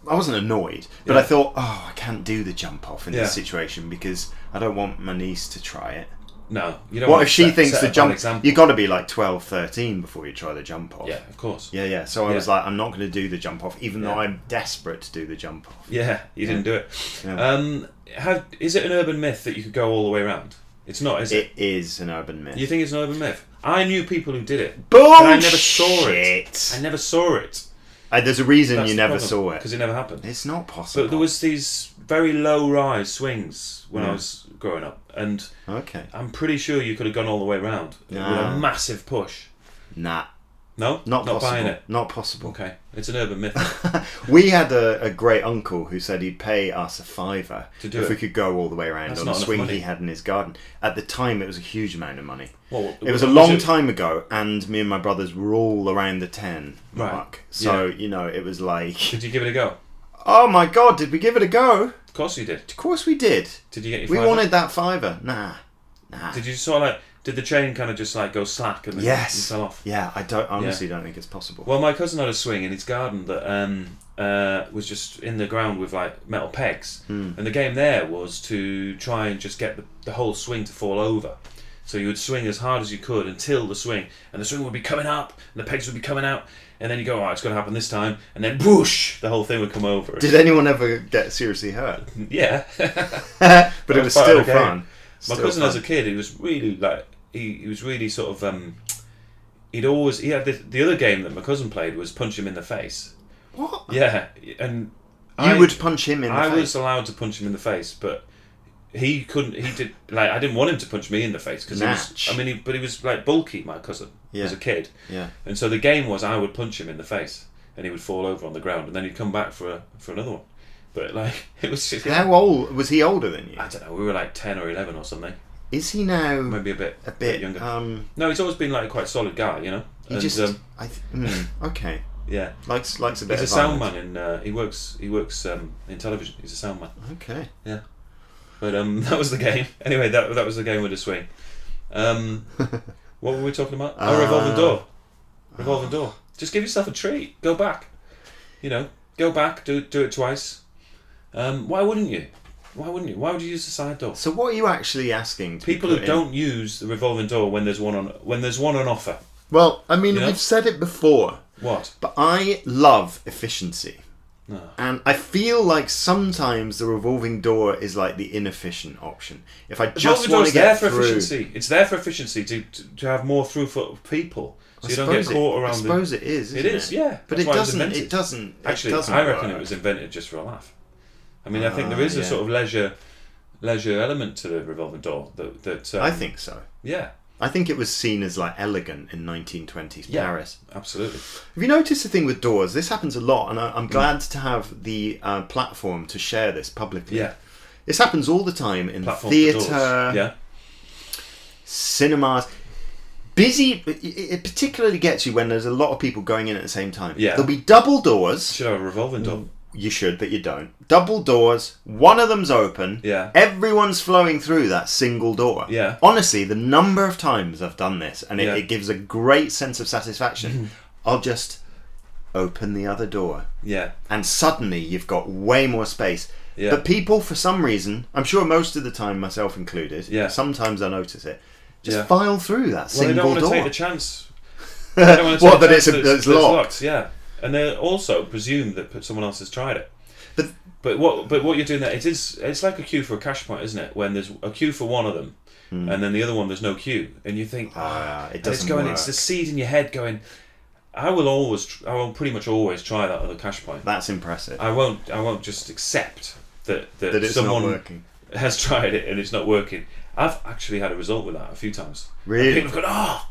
I wasn't annoyed, but I Yeah. thought, oh, I can't do the jump off in Yeah. this situation because I don't want my niece to try it. No, you don't. What want if to she set- thinks set the a bad jump? Example. You got to be like 12, 13 before you try the jump off. yeah, of course. yeah, yeah. So I was Yeah. like, I'm not going to do the jump off, even Yeah. though I'm desperate to do the jump off. Yeah, you didn't do it. Yeah. Um, how, is it an urban myth that you could go all the way around? It's not, is it? It is an urban myth. You think it's an urban myth? I knew people who did it. Bullshit! But I never saw it. I never saw it. Uh, there's a reason you never saw it. because it never happened. It's not possible. But there was these very low rise swings when I Yeah. was growing up, and okay. I'm pretty sure you could have gone all the way around with Nah. a massive push. Nah, No, not, possible. buying it. Not possible. Okay, it's an urban (laughs) myth. We had a, a great uncle who said he'd pay us a fiver To do if it. we could go all the way around That's on not a enough swing money. he had in his garden. At the time, it was a huge amount of money. Well, It was a long time ago, and me and my brothers were all around the 10 Right. mark. So, you know, it was like, Did you give it a go? oh my god, did we give it a go? Of course you did. Of course we did. Did you get your? We fiver? wanted that fiver. Nah. Nah. Did you sort of like? Did the chain kind of just like go slack and then you yes. fell off? Yeah, I don't honestly don't think it's possible. Well, my cousin had a swing in his garden that um, uh, was just in the ground with like metal pegs, Hmm. and the game there was to try and just get the, the whole swing to fall over. So you would swing as hard as you could until the swing, and the swing would be coming up, and the pegs would be coming out, and then you go, "Oh, it's going to happen this time," and then whoosh, the whole thing would come over. Did anyone ever get seriously hurt? (laughs) yeah, (laughs) but it was was part still of the game. fun. my Still cousin fun. as a kid he was really like he, he was really sort of um he'd always he had this, the other game that my cousin played was punch him in the face What? yeah and you would punch him in the i face. was allowed to punch him in the face but he couldn't he did like i didn't want him to punch me in the face because he was Natch. i mean he, but he was like bulky my cousin Yeah. as a kid Yeah. and so the game was i would punch him in the face and he would fall over on the ground and then he'd come back for a, for another one but like (laughs) it was just, How old was he? Older than you? i don't know we were like 10 or 11 or something Is he now maybe a bit a bit younger Um, No, he's always been like quite a solid guy, you know. he and, just. um, I th- mm, okay. yeah, Likes likes a bit. he's a of sound violence. man, and uh, he works he works um, in television. He's a sound man. Okay. But um, (laughs) that was the game. Anyway, that that was the game with the swing. (laughs) Um, what were we talking about? oh, revolving Uh, door. Revolving door. Just give yourself a treat. Go back. You know, go back. Do do it twice. Um, why wouldn't you? Why wouldn't you? Why would you use the side door? So what are you actually asking? To be People put who in? don't use the revolving door when there's one on when there's one on offer. Well, I mean, You know? we've said it before, What? but I love efficiency. No. And I feel like sometimes the revolving door is like the inefficient option. If I just Revolving want door's to get there for through, efficiency. It's there for efficiency to, to, to have more throughput of people, so I you don't get suppose it- caught I around. the, suppose it is. It isn't is, yeah. That's But why it it was doesn't, invented. it doesn't. it actually, doesn't I reckon work. it was invented just for a laugh. I mean, I think there Ah, is a yeah. sort of leisure leisure element to the revolving door that that um, I think so. yeah, I think it was seen as like elegant in 1920s Yeah. Paris. absolutely. Have you noticed the thing with doors? This happens a lot, and I, Mm. I'm glad to have the uh, platform to share this publicly. Yeah, This happens all the time in platform for doors. theatre, Yeah, cinemas. Busy, it- it particularly gets you when there's a lot of people going in at the same time. Yeah. There'll be double doors. should have a revolving door. You should, but you don't. Double doors. One of them's open. Yeah. Everyone's flowing through that single door. Yeah. Honestly, the number of times I've done this, and it, Yeah. it gives a great sense of satisfaction. (laughs) I'll just open the other door, Yeah, and suddenly you've got way more space. Yeah. But people, for some reason, I'm sure most of the time, myself included, Yeah. sometimes I notice it, just Yeah. file through that well, they don't single want to door. (laughs) take the chance. They don't wanna take What, the that chance it's- that it's that locked? Yeah, and they also presume that someone else has tried it. But- But what but what you're doing there it is it's like a queue for a cash point, isn't it? When there's a queue for one of them, and then the other one there's no queue, and you think Hmm. Ah, it and it's doesn't going. work. It's the seed in your head going. I will always. tr- I will pretty much always try that other cash point. That's impressive. I won't. I won't just accept that that, that it's someone not working. has tried it and it's not working. I've actually had a result with that a few times. Really? People have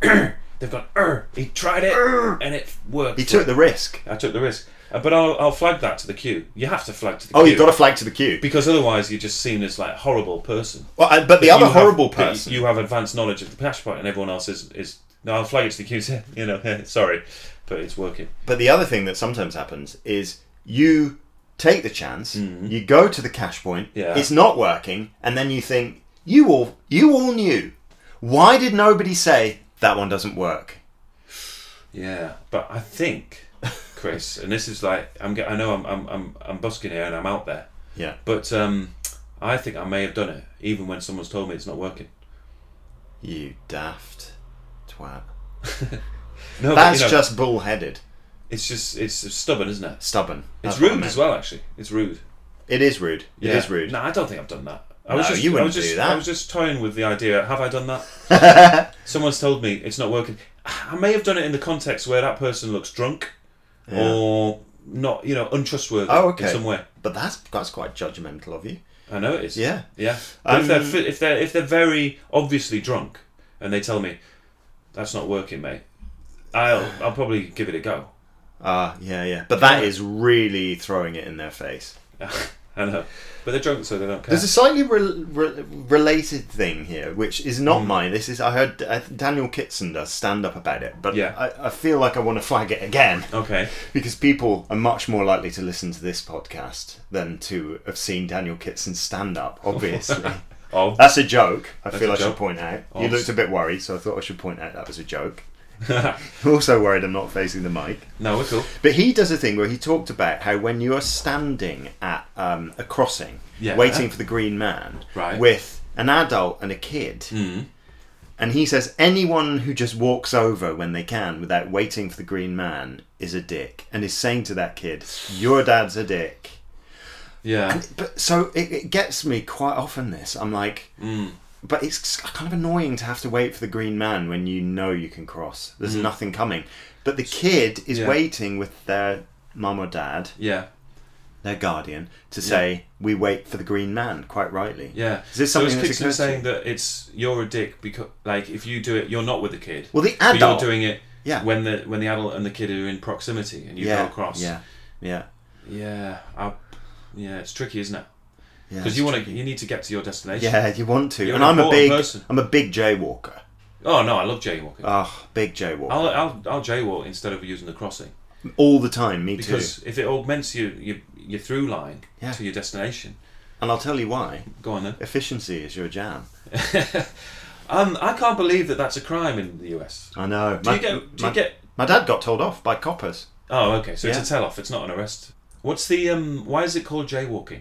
gone, oh, (clears throat) they've gone, er, he tried (clears throat) it and it worked. He took the risk. I took the risk. Uh, But I'll, I'll flag that to the queue. You have to flag to the Oh, queue. you've got to flag to the queue. Because otherwise you're just seen as like a horrible person. Well, I- but the That other you have- horrible that person. You have advanced knowledge of the cash point and everyone else is, is no, I'll flag it to the (laughs) queue. so, you know, sorry, but it's working. but the other thing that sometimes happens is you take the chance, you go to the cash point, Hmm. Yeah. it's not working, and then you think you all you all knew. Why did nobody say that one doesn't work? Yeah, but I think, Chris, and this is like, I'm, ge- I know I'm, I'm, I'm, I'm busking here and I'm out there. Yeah. But um, I think I may have done it, even when someone's told me it's not working. You daft twat. No, but, That's you know, just bullheaded. it's just it's stubborn, isn't it? Stubborn. It's That's what I rude meant. as well, actually. It's rude. It is rude. It Yeah. is rude. No, I don't think I've done that. I No, was just, you I wouldn't was just, do that. I was just toying with the idea. Have I done that? (laughs) Someone's told me it's not working. I may have done it in the context where that person looks drunk Yeah. or not, you know, untrustworthy Oh, okay. in some way. But that's that's quite judgmental of you. I know it is. Yeah. yeah. But if Um, they're fi- if they're if they're very obviously drunk and they tell me that's not working, mate, I'll I'll probably give it a go. (laughs) Ah, yeah, yeah. But that Yeah. is really throwing it in their face. I know, but they're drunk, so they don't care. There's a slightly re- re- related thing here, which is not Hmm. mine. This is I heard uh, Daniel Kitson does stand up about it, but Yeah. Oh. I, I feel like I want to flag it again okay. because people are much more likely to listen to this podcast than to have seen Daniel Kitson stand (laughs) up. Obviously, Oh, (laughs) that's a joke. I feel a I should joke. point out. You Obs. looked a bit worried, so I thought I should point out that was a joke. (laughs) also worried I'm not facing the mic. no, we're cool. But he does a thing where he talked about how when you are standing at um, a crossing, Yeah. waiting for the green man, Right. with an adult and a kid, Mm. and he says anyone who just walks over when they can without waiting for the green man is a dick, and is saying to that kid, "Your dad's a dick." Yeah. But so it, it gets me quite often. This I'm like. Mm. But it's kind of annoying to have to wait for the green man when you know you can cross. There's nothing coming. But the kid is Yeah. waiting with their mum or dad, Yeah. their guardian, to say, "We wait for the green man." Quite rightly. Yeah. Is this so something is that's Kixon occurred to saying you? that it's you're a dick because like if you do it you're not with the kid. Well, the but adult. you're doing it Yeah. when the when the adult and the kid are in proximity and you yeah. go across. Yeah. Yeah. Yeah. I, yeah, it's tricky, isn't it? Yeah. Because you want to you need to get to your destination. Yeah, you want to. You're and an I'm a important big. person. I'm a big jaywalker. Oh no, I love jaywalking. Ah, big jaywalker. I'll, I'll I'll jaywalk instead of using the crossing All the time. Me too. because if it augments your your, your through line Yeah. to your destination. And I'll tell you why. Go on then. Efficiency is your jam. Um, I can't believe that that's a crime in the US. I know. Do you get? Do my, you get? my dad got told off by coppers. Oh, okay. So Yeah. it's a tell off. It's not an arrest. What's the um? Why is it called jaywalking?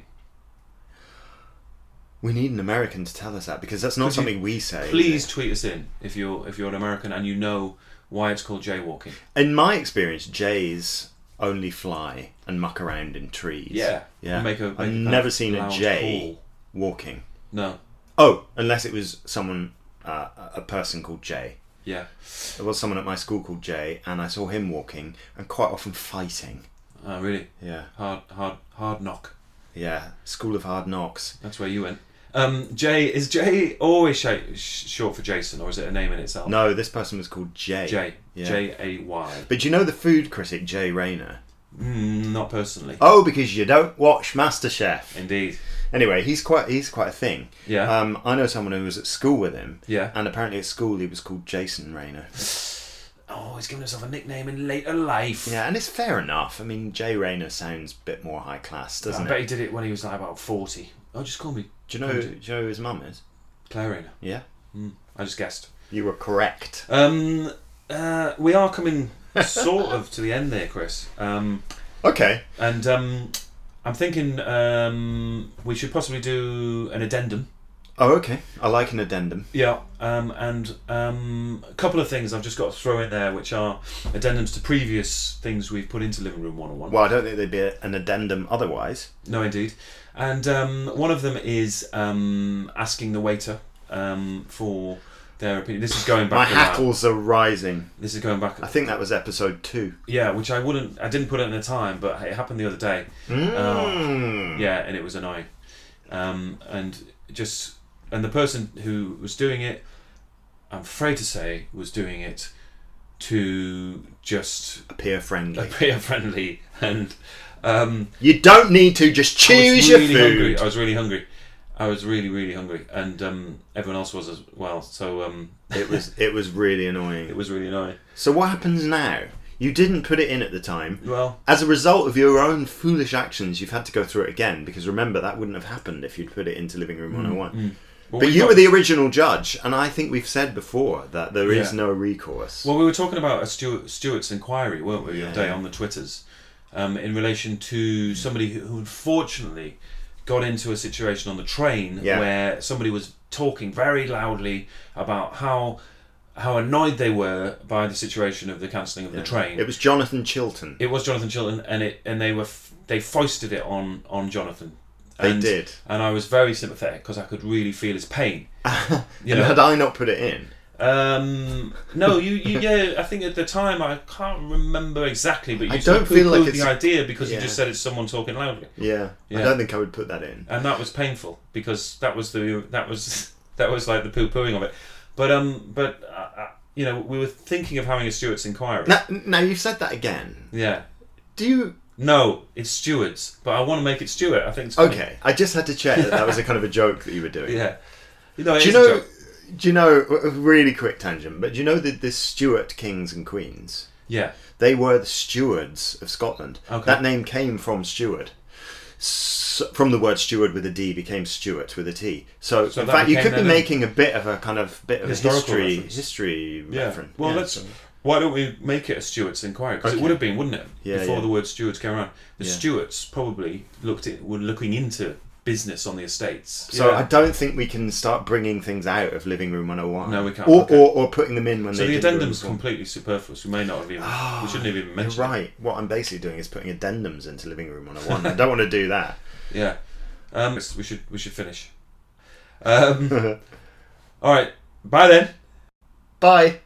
We need an American to tell us that because that's not Could you something we say. Please tweet us in if you're if you're an American and you know why it's called jaywalking. In my experience, jays only fly and muck around in trees. Yeah. Yeah. Make a- make a I've kind never of seen a loud jay call. walking. No. Oh, unless it was someone, uh, a person called Jay. Yeah. There was someone at my school called Jay, and I saw him walking and quite often fighting. Oh, really Yeah. hard hard hard knock. Yeah. School of Hard Knocks. That's where you went. Um, Jay is Jay always sh- sh- short for Jason or is it a name in itself? No, this person was called Jay. Jay Yeah. J A Y. But you know the food critic Jay Rayner? Mm, not personally. Oh, because you don't watch MasterChef. Indeed. Anyway, he's quite he's quite a thing. Yeah. Um, I know someone who was at school with him. Yeah. And apparently at school he was called Jason Rayner. oh, he's given himself a nickname in later life. Yeah, and it's fair enough. I mean, Jay Rayner sounds a bit more high class, I doesn't bet it? he did it when he was like about forty. Oh, just call me Do you know? Do you know who his mum is? Clarina. Yeah. I just guessed. You were correct. Hmm. Um, uh, we are coming sort of to the end there, Chris. Um, Okay. and um, I'm thinking um, we should possibly do an addendum. Oh, okay. I like an addendum. Yeah. Um, and um, a couple of things I've just got to throw in there, which are addendums to previous things we've put into Living Room 101. Well, I don't think there'd be a, an addendum otherwise. No, indeed. And um, one of them is um, asking the waiter um, for their opinion. This is going My back. a while. hackles are rising. This is going back. I think that was episode two. Yeah, which I wouldn't. I didn't put it in the time, but it happened the other day. Mm. Hmm. Yeah, and it was annoying. Um, and just and the person who was doing it, I'm afraid to say, was doing it to just (laughs) Peer friendly. appear friendly. And um, You don't need to. Just choose I was really your food. hungry. I was really hungry. I was really really hungry, and um, everyone else was as well. So um, It was it was really it annoying. was really annoying. So what happens now? You didn't put it in at the time. Well, As a result of your own foolish actions, you've had to go through it again because remember that wouldn't have happened if you'd put it into Living Hmm. Room 101. well But we you got- were the original judge, and I think we've said before that there is Yeah. no recourse. Well, we were talking about a Stuart, Stuart's inquiry, weren't we, the Yeah. other day on the Twitters, um, in relation to somebody who, who unfortunately got into a situation on the train Yeah. where somebody was talking very loudly about how how annoyed they were by the situation of the cancelling of the train. It was Jonathan Chilton. It was Jonathan Chilton, and it and they were f- they foisted it on on Jonathan. They And- did. and I was very sympathetic because I could really feel his (laughs) pain. you And know, had I not put it in, um, no, you, you, yeah. I think at the time I can't remember exactly, but you I sort of don't feel like poo-pooed the it's- idea because you yeah. just said it's someone talking loudly, yeah, Yeah. I don't think I would put that in. and that was painful because that was the that was (laughs) that was like the poo pooing of it. But um, but uh, uh, you know, we were thinking of having a Stewart's inquiry. Now, now you've said that again. Yeah. Do you? No, it's Stewart's, but I want to make it Stewart. I think it's funny. Okay, I just had to check that that was a kind of a joke that you were doing. (laughs) Yeah. You know, it Do is you a know? joke. Do you know? a Really quick tangent, but do you know that the Stuart kings and queens? Yeah. They were the stewards of Scotland. Okay. That name came from steward. S from the word steward with a D became Stuart with a T. So, So in that fact, you became could be then a- making a bit of a kind of bit of a Historical history reference. history Yeah. reference. Well, Yeah, let's. so- Why don't we make it a Stuart's inquiry? Because it Okay. would have been, wouldn't it? Yeah, Before yeah. the word Stuarts came around, the Yeah. Stuarts probably looked at were looking into business on the estates. So Yeah. I don't think we can start bringing things out of Living Room 101. No, we can't. Or, Okay. or, or putting them in when so they the did Room addendum's 101. completely superfluous. We may not have even. we shouldn't have even Ah, You're mentioned. right. What I'm basically doing is putting addendums into Living (laughs) Room 101. I don't want to do that. (laughs) It. Yeah. Um, we should we should finish. Um, all right. Bye then. Bye.